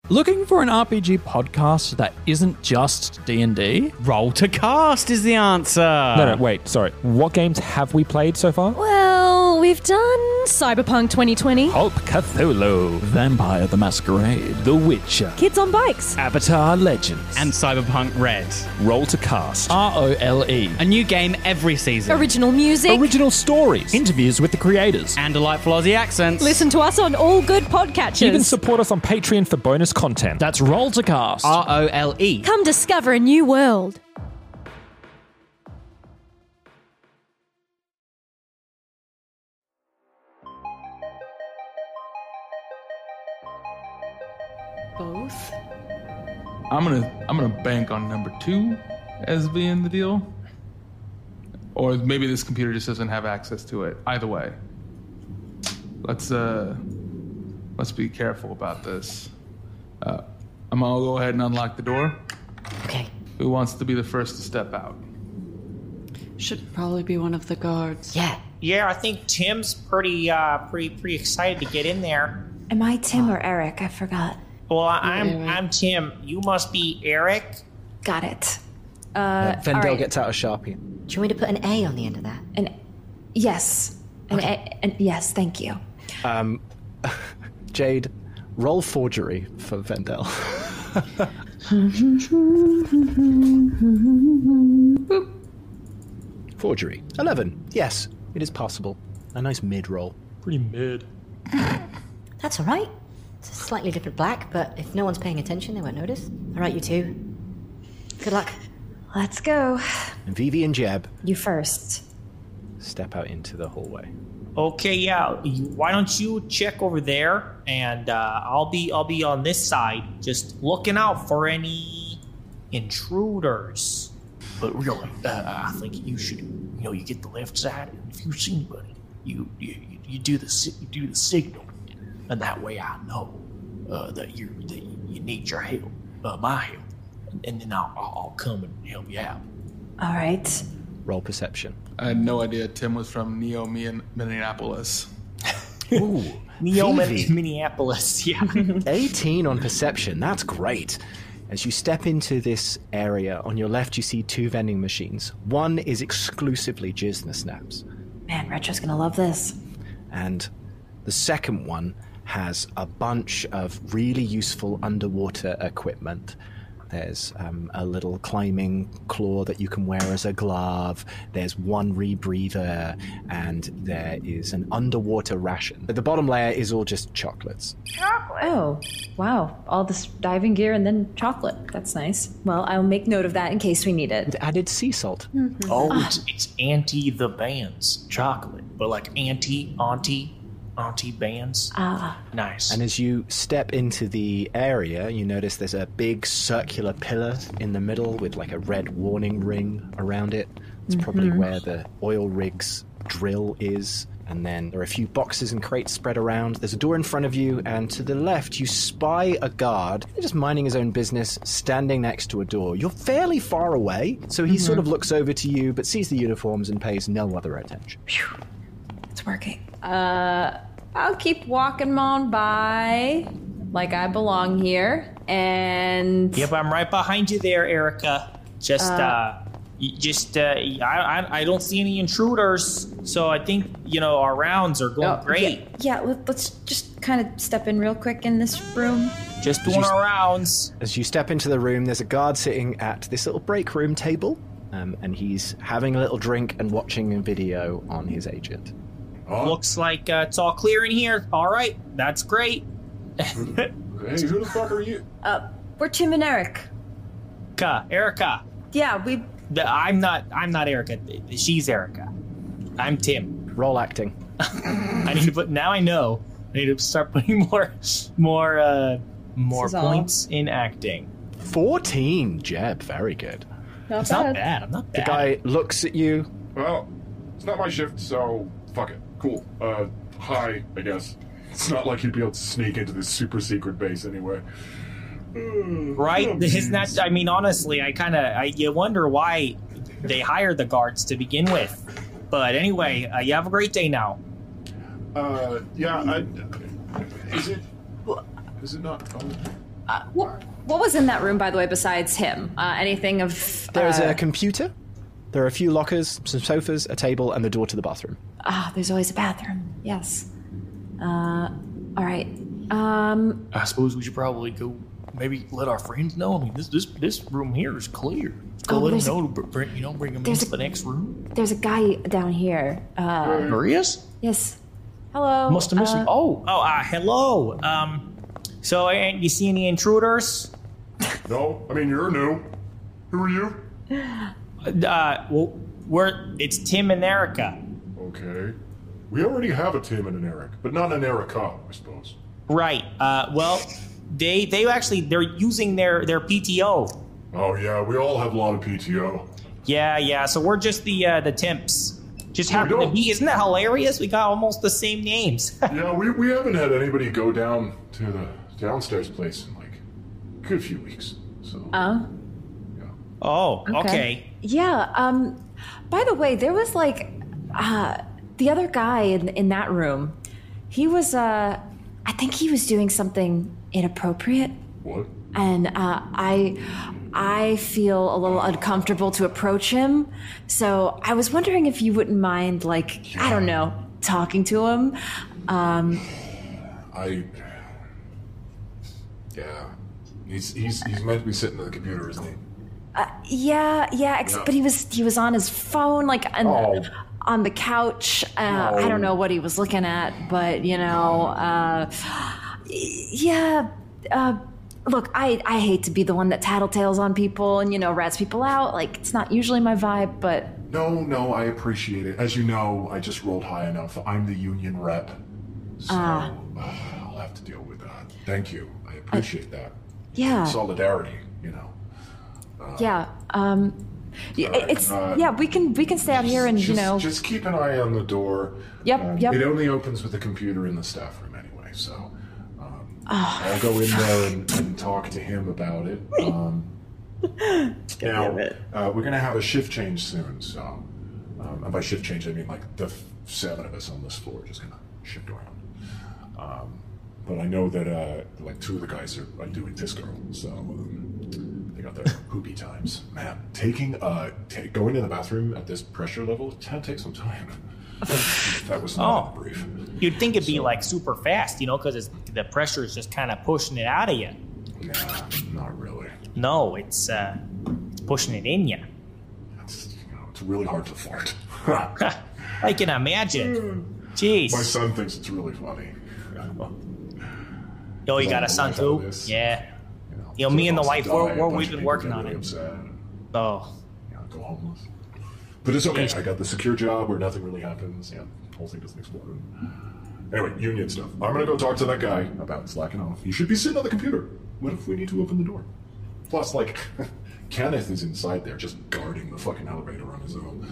Speaker 16: Looking for an RPG podcast that isn't just D&D? Roll to cast is the answer.
Speaker 17: No, no, wait, sorry. What games have we played so far?
Speaker 18: Well, we've done Cyberpunk 2020,
Speaker 16: Pulp Cthulhu, Vampire the Masquerade, The Witcher,
Speaker 18: Kids on Bikes,
Speaker 16: Avatar Legends,
Speaker 19: and Cyberpunk Red.
Speaker 16: Roll to Cast. R O L E.
Speaker 19: A new game every season.
Speaker 18: original music.
Speaker 16: Original stories, interviews with the creators,
Speaker 19: and delightful Aussie accents.
Speaker 18: Listen to us on all good podcatchers.
Speaker 17: You can support us on Patreon for bonus content.
Speaker 16: That's Roll to Cast.
Speaker 19: R
Speaker 6: Ah,
Speaker 19: O L E.
Speaker 18: Come discover a new world.
Speaker 1: Both?
Speaker 3: I'm gonna I'm gonna bank on number two as being the deal. Or maybe this computer just doesn't have access to it. Either way. Let's uh let's be careful about this. Uh, I'm gonna go ahead and unlock the door.
Speaker 4: Okay.
Speaker 3: Who wants to be the first to step out?
Speaker 1: Should probably be one of the guards.
Speaker 4: Yeah.
Speaker 7: Yeah, I think Tim's pretty uh pretty pretty excited to get in there.
Speaker 9: Am I Tim or Eric? I forgot.
Speaker 7: Well, I'm I'm Tim. You must be Eric.
Speaker 9: Got it. Uh,
Speaker 6: Uh, Vendel
Speaker 9: all right.
Speaker 6: gets out a sharpie.
Speaker 4: Do you want me to put an A on the end of that?
Speaker 9: An yes. An, a, an yes. Thank you.
Speaker 6: Um, Jade, roll forgery for Vendel. Forgery. 11. Yes, it is possible. A nice mid roll. Pretty mid.
Speaker 4: That's all right. It's a slightly different black, but if no one's paying attention, they won't notice. All right, you two. Good luck.
Speaker 9: Let's go.
Speaker 6: Vivi and Jeb
Speaker 9: You first.
Speaker 6: step out into the hallway.
Speaker 7: Okay, yeah. you- Why don't you check over there, and uh, I'll be I'll be on this side, just looking out for any intruders. But really, uh, I think you should. You know, you get the left side, and if you see anybody, you you, you- you do the si- you do the signal, and that way I know uh, that you that you need your help, uh, my help, and, and then I'll, I'll I'll come and help you out.
Speaker 9: All right.
Speaker 6: Roll perception.
Speaker 3: I had no idea Tim was from Neo Min- Minneapolis.
Speaker 6: Ooh.
Speaker 7: Neo
Speaker 6: Vivi.
Speaker 7: Minneapolis, yeah.
Speaker 6: 18 on perception. That's great. As you step into this area, on your left you see two vending machines. One is exclusively Jizna Snaps.
Speaker 9: Man, Retro's gonna love this.
Speaker 6: and the second one has a bunch of really useful underwater equipment. There's um, a little climbing claw that you can wear as a glove. There's one rebreather, and there is an underwater ration. The bottom layer is all just chocolates.
Speaker 9: Oh, wow. All this diving gear and then chocolate. That's nice. Well, I'll make note of that in case we need it.
Speaker 6: It added sea salt.
Speaker 9: Mhm.
Speaker 7: Oh,
Speaker 9: Ah,
Speaker 7: it's, it's anti the bands chocolate, but like anti auntie auntie bands.
Speaker 9: Ah.
Speaker 7: nice.
Speaker 6: And as you step into the area, you notice there's a big circular pillar in the middle with like a red warning ring around it. It's probably
Speaker 7: Mhm.
Speaker 6: where the oil rig's drill is. And then there are a few boxes and crates spread around. There's a door in front of you, and to the left, you spy a guard just minding his own business, standing next to a door. You're fairly far away, so he sort of looks over to you, but sees the uniforms and pays no other attention.
Speaker 1: It's working.
Speaker 9: Uh, I'll keep walking on by, like I belong here, and
Speaker 7: Yep, I'm right behind you there, Erica. Just,
Speaker 9: Uh,
Speaker 7: uh, y- just, uh, I, I, I don't see any intruders, so I think you know our rounds are going great.
Speaker 9: Oh, yeah, let, let's just kind of step in real quick in this room.
Speaker 7: Just
Speaker 6: As
Speaker 7: doing
Speaker 6: you-
Speaker 7: our rounds.
Speaker 6: As you step into the room, there's a guard sitting at this little break room table, um, and he's having a little drink and watching a video on his agent.
Speaker 15: Oh,
Speaker 7: Looks like uh, it's all clear in here. All right, that's great.
Speaker 9: Hey, who the
Speaker 7: fuck are you?
Speaker 9: Uh, we're Tim and Eric.
Speaker 7: Erica, Erica.
Speaker 9: Yeah, we.
Speaker 7: The, I'm not. I'm not Erica. She's Erica. I'm Tim.
Speaker 6: Role acting.
Speaker 7: I need to put. Now I know. I need to start putting more, more, uh, more
Speaker 6: is all.
Speaker 7: points in acting.
Speaker 6: Fourteen, Jeb, very good.
Speaker 9: Not
Speaker 7: it's not bad. I'm not
Speaker 6: The
Speaker 7: bad.
Speaker 6: guy looks at you.
Speaker 5: Well, it's not my shift, so fuck it. Cool. Uh, hi, I guess. It's not like he'd be able to sneak into this super secret base anyway.
Speaker 9: Hmm.
Speaker 7: right? Isn't that? I mean, honestly, I kind of I you wonder why they hired the guards to begin with. But anyway, uh, you have a great day now.
Speaker 5: Uh, yeah, I. Is it. Is it not. Oh.
Speaker 9: Uh, what, what was in that room, by the way, besides him? Uh, anything of.
Speaker 6: There is
Speaker 9: uh,
Speaker 6: a computer. There are a few lockers, some sofas, a table, and the door to the bathroom.
Speaker 9: Ah, there's always a bathroom. Yes. Uh, all right. Um,
Speaker 10: I suppose we should probably go. Maybe let our friends know. I mean, this this this room here is clear. Let's go
Speaker 9: Oh,
Speaker 10: let them
Speaker 9: there's a-
Speaker 10: know. to br- bring, you know, bring them
Speaker 9: there's
Speaker 10: into
Speaker 9: a-
Speaker 10: the next room.
Speaker 9: there's a guy down here. Uh,
Speaker 10: There he is.
Speaker 9: Yes. Hello.
Speaker 7: Must have missed
Speaker 9: uh,
Speaker 7: him. Oh, oh, uh, hello. Um, so uh, you see any intruders?
Speaker 5: No, I mean you're new. Who are you?
Speaker 7: Uh, well, we're it's Tim and Erica.
Speaker 5: Okay. We already have a Tim and an Eric, but not an Erica, I suppose.
Speaker 7: Right. Uh, well, they they actually they're using their their PTO.
Speaker 5: Oh, yeah, we all have a lot of PTO.
Speaker 7: Yeah, yeah. So we're just the uh, the temps. Just
Speaker 5: Yeah, we
Speaker 7: happen to
Speaker 5: don't-
Speaker 7: be. Isn't that hilarious? We got almost the same names.
Speaker 5: yeah, we, we haven't had anybody go down to the downstairs place in like a good few weeks. So
Speaker 9: Uh,
Speaker 7: Oh, okay.
Speaker 9: Yeah. Um, by the way, there was like uh, the other guy in, in that room. He was, uh, I think he was doing something inappropriate,
Speaker 5: what?
Speaker 9: and uh, I, I feel a little uncomfortable to approach him. So I was wondering if you wouldn't mind, like, I don't know, talking to him. Um,
Speaker 5: I yeah, he's he's he's meant to be sitting at the computer, isn't he?
Speaker 9: yeah, yeah. Ex-
Speaker 5: Yeah.
Speaker 9: But he was he was on his phone, like, and.
Speaker 5: Oh.
Speaker 9: on the couch. Uh, I don't know what he was looking at, but you know, uh, yeah. Uh, look, I, I hate to be the one that tattletales on people and you know rats people out. Like it's not usually my vibe, but
Speaker 5: No, no, I appreciate it. As you know, I just rolled high enough. I'm the union rep.
Speaker 9: uh,
Speaker 5: I'll have to deal with that. Thank you. I appreciate that.
Speaker 9: yeah,
Speaker 5: Solidarity, you know.
Speaker 9: yeah. Um, y-
Speaker 5: Alright,
Speaker 9: it's
Speaker 5: uh,
Speaker 9: yeah. We can we can stay out here and
Speaker 5: just,
Speaker 9: you know.
Speaker 5: just uh, keep an eye on the door.
Speaker 9: Yep, yep.
Speaker 5: Um, It only opens with the computer in the staff room anyway, so um,
Speaker 9: Oh,
Speaker 5: I'll go in there and, and talk to him about it. Um, now Uh, we're gonna have a shift change soon, so um, and by shift change I mean like the f- seven of us on this floor are just gonna shift around. Um, but I know that uh, like two of the guys are, are doing disco, so um, they got their poopy times. Man, taking uh, ta going to the bathroom at this pressure level can take some time. that was not
Speaker 7: Oh.
Speaker 5: brief.
Speaker 7: You'd think it'd be like super fast, you know, because the pressure is just kind of pushing it out of you.
Speaker 5: Nah, not really.
Speaker 7: No, it's uh, it's pushing it in you.
Speaker 5: It's, you know, it's really hard to fart.
Speaker 7: I can imagine. Jeez.
Speaker 5: Hmm. My son thinks it's really funny.
Speaker 7: Oh, you
Speaker 5: Is
Speaker 7: got
Speaker 5: that
Speaker 7: a son
Speaker 5: the way how
Speaker 7: too?
Speaker 5: it is?
Speaker 7: Yeah. You know, me and the wife, we're, we're, we've been working on it. Oh.
Speaker 5: go homeless. But it's okay. I got the secure job where nothing really happens. Yeah, the whole thing doesn't explode. Anyway, union stuff. I'm gonna go talk to that guy about slacking off. You should be sitting on the computer. What if we need to open the door? Plus, like, Kenneth is inside there just guarding the fucking elevator on his own.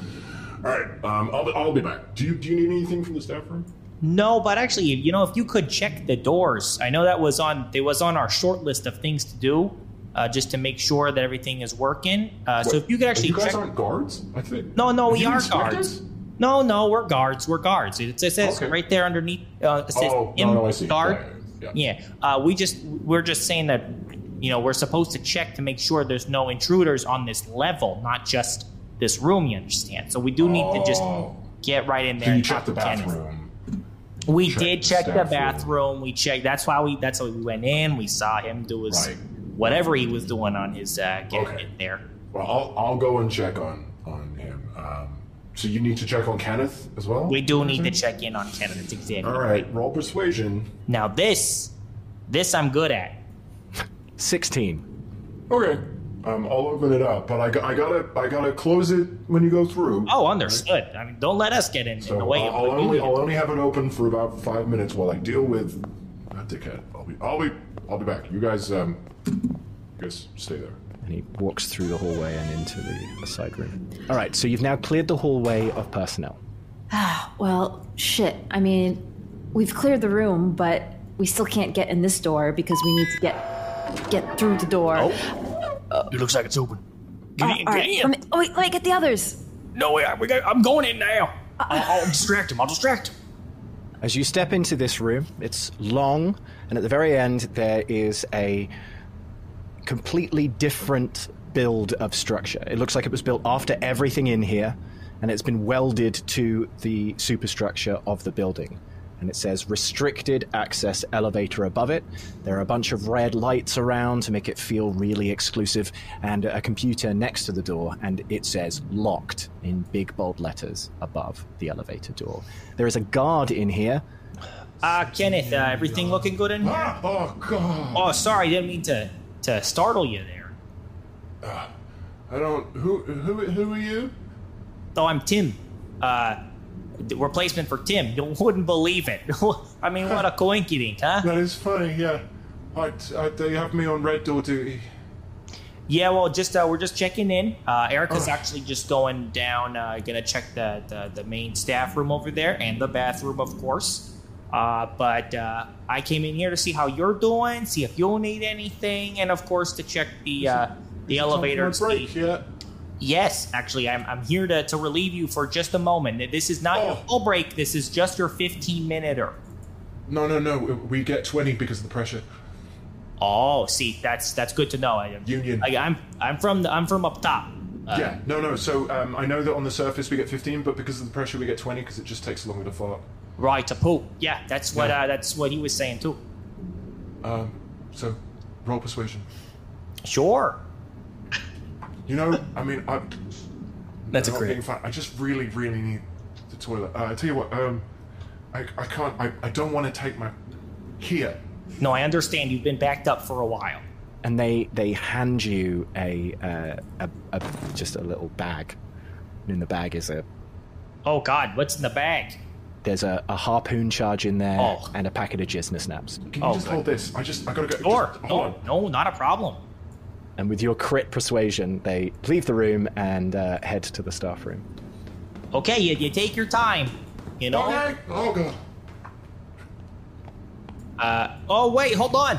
Speaker 5: All right, um, I'll, I'll be back. Do you do you need anything from the staff room?
Speaker 7: No, but actually, you know, if you could check the doors, I know that was on. It was on our short list of things to do, uh, just to make sure that everything is working. Uh, so
Speaker 5: Wait,
Speaker 7: if you could actually
Speaker 5: you guys
Speaker 7: check.
Speaker 5: aren't guards, I think.
Speaker 7: No, no,
Speaker 5: Are
Speaker 7: we
Speaker 5: you
Speaker 7: are
Speaker 5: inspectors?
Speaker 7: guards. No, no, we're guards. We're guards. It it says right there underneath. Uh, it says
Speaker 5: Oh, no,
Speaker 7: in
Speaker 5: no, I see.
Speaker 7: guard.
Speaker 5: Yeah,
Speaker 7: Yeah, Uh, we just we're just saying that you know we're supposed to check to make sure there's no intruders on this level, not just this room. You understand? So we do need to just
Speaker 5: Oh.
Speaker 7: get right in there.
Speaker 5: So you
Speaker 7: and
Speaker 5: checked the
Speaker 7: talk to Kenneth.
Speaker 5: bathroom.
Speaker 7: We
Speaker 5: Check
Speaker 7: did
Speaker 5: the
Speaker 7: check the
Speaker 5: staff
Speaker 7: bathroom. We checked. That's why we. That's why we went in. We saw him do his
Speaker 5: Right.
Speaker 7: whatever he was doing on his uh, getting
Speaker 5: Okay.
Speaker 7: in there.
Speaker 5: Well, I'll, I'll go and check on on him. Um, so you need to check on Kenneth as well.
Speaker 7: We do need to
Speaker 9: Mm-hmm.
Speaker 7: check in on Kenneth. Exactly.
Speaker 5: All right, roll persuasion.
Speaker 7: Now this, this I'm good at.
Speaker 6: Sixteen.
Speaker 5: Okay, um, I'll open it up, but I, got, I gotta I gotta close it when you go through.
Speaker 7: Oh, understood. I mean, don't let us get in, in the
Speaker 5: So uh,
Speaker 7: way.
Speaker 5: I'll,
Speaker 7: of
Speaker 5: I'll
Speaker 7: what you
Speaker 5: only
Speaker 7: do.
Speaker 5: I'll only have it open for about five minutes while I deal with that dickhead. I'll be I'll be I'll be back. You guys um, you guys stay there.
Speaker 6: And he walks through the hallway and into the, the side room. All right, so you've now cleared the hallway of personnel.
Speaker 9: Ah, well, shit. I mean, we've cleared the room, but we still can't get in this door because we need to get get through the door.
Speaker 10: It looks like it's open. Get
Speaker 9: Oh,
Speaker 10: in,
Speaker 9: all
Speaker 10: get
Speaker 9: right.
Speaker 10: in.
Speaker 9: Let me, oh, wait, let me get the others.
Speaker 10: No way. I, we got, I'm going in now. I'll, I'll distract him. I'll distract him.
Speaker 6: As you step into this room, it's long, and at the very end, there is a completely different build of structure. It looks like it was built after everything in here, and it's been welded to the superstructure of the building. And it says restricted access elevator above it. There are a bunch of red lights around to make it feel really exclusive, and a computer next to the door, and it says locked in big bold letters above the elevator door. There is a guard in here.
Speaker 7: Uh, Kenneth, uh, everything looking good in here?
Speaker 5: Oh, God.
Speaker 7: Oh, sorry, didn't mean to, to startle you there.
Speaker 5: I don't. Who who who are you?
Speaker 7: Oh, I'm Tim. Uh, the replacement for Tim. You wouldn't believe it. I mean, what a coincidence, huh?
Speaker 5: That is funny. Yeah, I, I, they have me on red door duty.
Speaker 7: Yeah, well, just uh, we're just checking in. Uh, Erica's actually just going down, uh, gonna check the, the the main staff room over there and the bathroom, of course. Uh, but uh, I came in here to see how you're doing, see if you'll need anything, and of course to check the uh, the elevator. and see- Yes, actually, I'm, I'm here to, to relieve you for just a moment. This is not your full break. This is just your 15 minuter.
Speaker 5: No, no, no. we- We get twenty because of the pressure.
Speaker 7: Oh, see, that's that's good to know. I,
Speaker 5: Union.
Speaker 7: I, I'm I'm from the, I'm from up top. Uh,
Speaker 5: yeah. No, no. So um, I know that on the surface we get fifteen, but because of the pressure we get twenty because it just takes longer to fart.
Speaker 7: Right to poop. Yeah, that's what Uh, that's what he was saying too.
Speaker 5: Um, so roll persuasion.
Speaker 7: Sure.
Speaker 5: You know, I mean, I'm.
Speaker 10: That's a
Speaker 5: not
Speaker 10: crit.
Speaker 5: being fun- I just really, really need the toilet. Uh, I tell you what. Um, I, I can't. I, I don't want to take my here.
Speaker 7: No, I understand. You've been backed up for a while.
Speaker 6: and they they hand you a, uh, a, a just a little bag and in the bag is a
Speaker 7: Oh God, what's in the bag?
Speaker 6: there's a, a harpoon charge in there and a packet of jizz snaps
Speaker 5: Can you just hold this? I just. I gotta go.
Speaker 7: Sure. no, no, not a problem.
Speaker 6: and with your crit persuasion they leave the room and uh, head to the staff room
Speaker 7: Okay, you, you take your time. You know.
Speaker 5: Okay. Oh God.
Speaker 7: Uh, oh wait, hold on.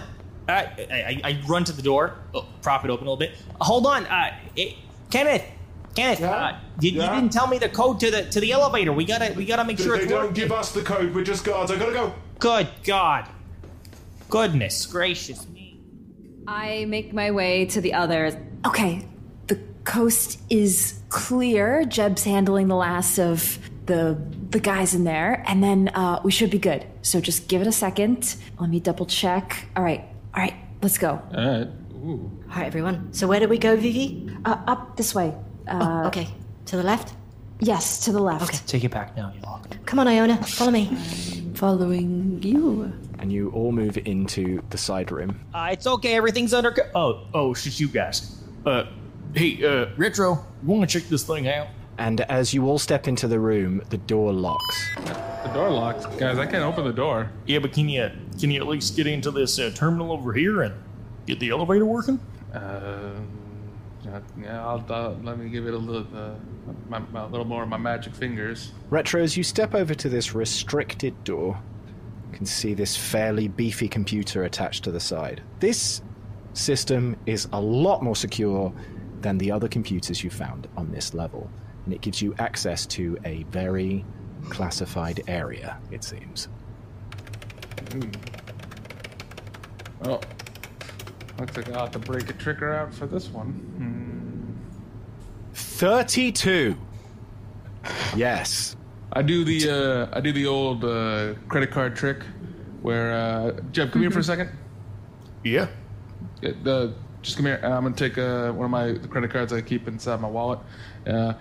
Speaker 7: Uh, I, I, I run to the door, oh, prop it open a little bit. Hold on, uh, it, Kenneth. Kenneth, uh, you, you didn't tell me the code to the to the elevator. We gotta we gotta make
Speaker 5: They,
Speaker 7: sure
Speaker 5: they
Speaker 7: it's
Speaker 5: don't
Speaker 7: working.
Speaker 5: give us the code. We're just guards. I gotta go.
Speaker 7: Good God. Goodness gracious me.
Speaker 9: I make my way to the others. Okay, the coast is clear. Jeb's handling the last of the the guys in there, and then uh, we should be good. So just give it a second. Let me double check. All right, all right, let's go.
Speaker 3: All right.
Speaker 4: All right, everyone. So where do we go, Vivi? Oh,
Speaker 9: Uh, up this way. Uh,
Speaker 4: okay, to the left.
Speaker 9: Yes, to the left. Okay.
Speaker 7: Take it back now, you lot.
Speaker 4: Come on, Iona. Follow me.
Speaker 1: Following you.
Speaker 6: and you all move into the side room
Speaker 7: Uh, it's okay. Everything's under. Co- oh,
Speaker 10: oh, it's just you guys. Uh, hey, uh, Retro, you want to check this thing out?
Speaker 6: and as you all step into the room the door locks
Speaker 3: The door locked, guys. I can't open the door.
Speaker 2: Yeah, but can you can you at least get into this uh, terminal over here and get the elevator working?
Speaker 3: Uh, yeah, I'll, uh, let me give it a little. Uh, my, my, a little more of my magic fingers.
Speaker 6: Retro, as you step over to this restricted door, you can see this fairly beefy computer attached to the side. This system is a lot more secure than the other computers you found on this level, and it gives you access to a very classified area, it seems.
Speaker 3: Oh, looks like I'll have to break a trigger out for this one.
Speaker 6: 32. Yes.
Speaker 3: I do the uh, I do the old uh, credit card trick, where uh, Jeff, come here for a second.
Speaker 2: Yeah.
Speaker 3: uh, just come here. I'm gonna take uh, one of my the credit cards I keep inside my wallet. Uh, I'm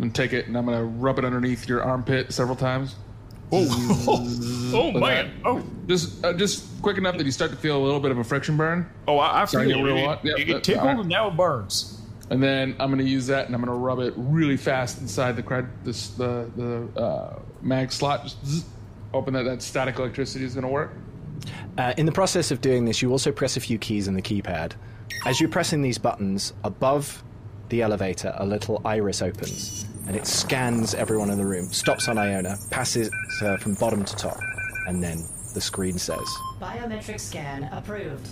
Speaker 3: gonna take it and I'm gonna rub it underneath your armpit several times.
Speaker 2: Oh, oh
Speaker 3: Like
Speaker 2: man.
Speaker 3: that. Just uh, just quick enough that you start to feel a little bit of a friction burn.
Speaker 2: Oh, I, I feel
Speaker 3: Sorry,
Speaker 2: it.
Speaker 3: you really
Speaker 2: You,
Speaker 3: want- yeah,
Speaker 2: you
Speaker 3: that-
Speaker 2: get tickled
Speaker 3: alright.
Speaker 2: and now it burns.
Speaker 3: And then I'm going to use that, and I'm going to rub it really fast inside the cred, this, the the uh, mag slot. Just zzz, hoping that that static electricity is going to work.
Speaker 6: Uh, in the process of doing this, you also press a few keys on the keypad. As you're pressing these buttons, above the elevator, a little iris opens and it scans everyone in the room, stops on Iona, passes her from bottom to top, and then the screen says,
Speaker 20: Biometric scan approved.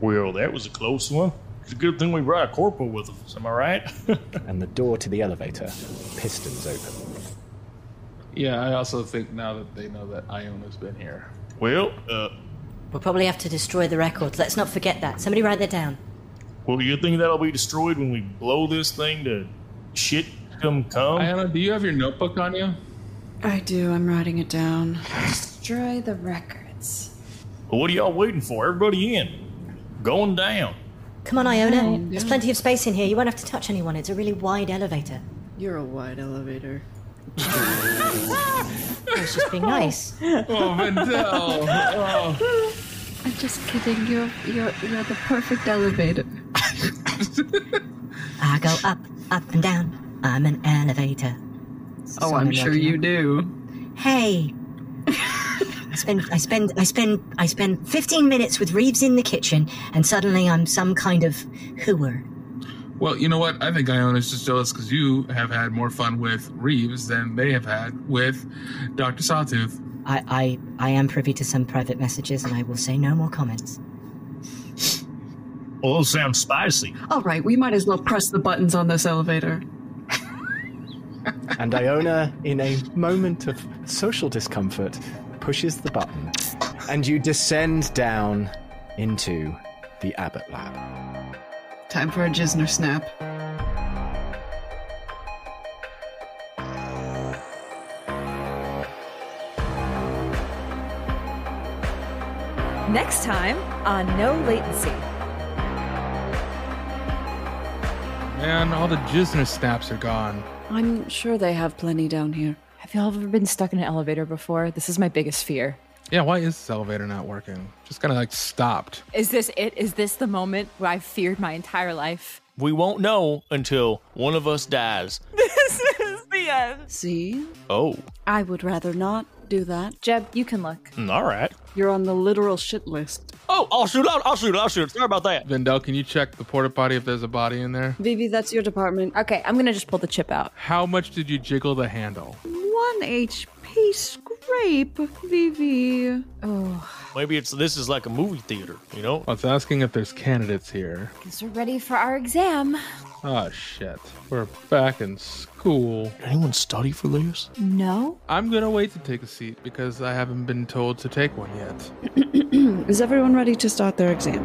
Speaker 2: Well, that was a close one. It's a good thing we brought a corporal with us. Am I right?
Speaker 6: and the door to the elevator, pistons open.
Speaker 3: Yeah, I also think now that they know that Iona's been here.
Speaker 2: Well, uh,
Speaker 4: We'll probably have to destroy the records. Let's not forget that. Somebody write that down.
Speaker 2: well, you think that'll be destroyed when we blow this thing to shit come come?
Speaker 3: Iona, do you have your notebook on you?
Speaker 1: I do. I'm writing it down. Destroy the records.
Speaker 2: Well, what are y'all waiting for? Everybody in. Going down.
Speaker 4: Come on, Iona. There's plenty of space in here. You won't have to touch anyone. It's a really wide elevator.
Speaker 1: You're a wide elevator.
Speaker 4: It's just being nice.
Speaker 3: Oh, Vendel.
Speaker 1: I'm just kidding. You're you're you're the perfect elevator.
Speaker 4: I go up, up and down. I'm an elevator.
Speaker 12: Oh, I'm sure you do.
Speaker 4: Hey. I spend I spend I spend I spend 15 minutes with Reeves in the kitchen and suddenly I'm some kind of hooer.
Speaker 3: Well, you know what? I think Iona's just jealous because you have had more fun with Reeves than they have had with Doctor Sawtooth.
Speaker 4: I, I I am privy to some private messages and I will say no more comments.
Speaker 2: Well, those sound spicy.
Speaker 12: All right, we might as well press the buttons on this elevator.
Speaker 6: And Iona, in a moment of social discomfort, pushes the button, and you descend down into the Abbott lab.
Speaker 12: Time for a Jisner snap.
Speaker 21: Next time on No Latency.
Speaker 3: Man, all the Jisner snaps are gone.
Speaker 1: I'm sure they have plenty down here.
Speaker 20: Have y'all ever been stuck in an elevator before? This is my biggest fear.
Speaker 3: Yeah, why is this elevator not working? Just kind of like stopped.
Speaker 20: Is this it? Is this the moment where I've feared my entire life?
Speaker 10: We won't know until one of us dies.
Speaker 20: This is the end.
Speaker 1: See?
Speaker 10: Oh,
Speaker 1: I would rather not do that.
Speaker 20: Jeb, you can look.
Speaker 10: mm, all right.
Speaker 1: You're on the literal shit list.
Speaker 10: Oh, I'll shoot out. I'll shoot. I'll shoot. Sorry about that.
Speaker 3: Vendel, can you check the porta potty if there's a body in there?
Speaker 1: Vivi, that's your department.
Speaker 20: Okay, I'm gonna just pull the chip out.
Speaker 3: How much did you jiggle the handle?
Speaker 1: One HP scrape, Vivi.
Speaker 20: Oh.
Speaker 2: Maybe it's this is like a movie theater, you know?
Speaker 3: I was asking if there's candidates here.
Speaker 20: Because we're ready for our exam.
Speaker 3: Oh shit. We're back in school. Did anyone study for this?
Speaker 20: No?
Speaker 3: I'm gonna wait to take a seat because I haven't been told to take one yet.
Speaker 1: Is everyone ready to start their exam?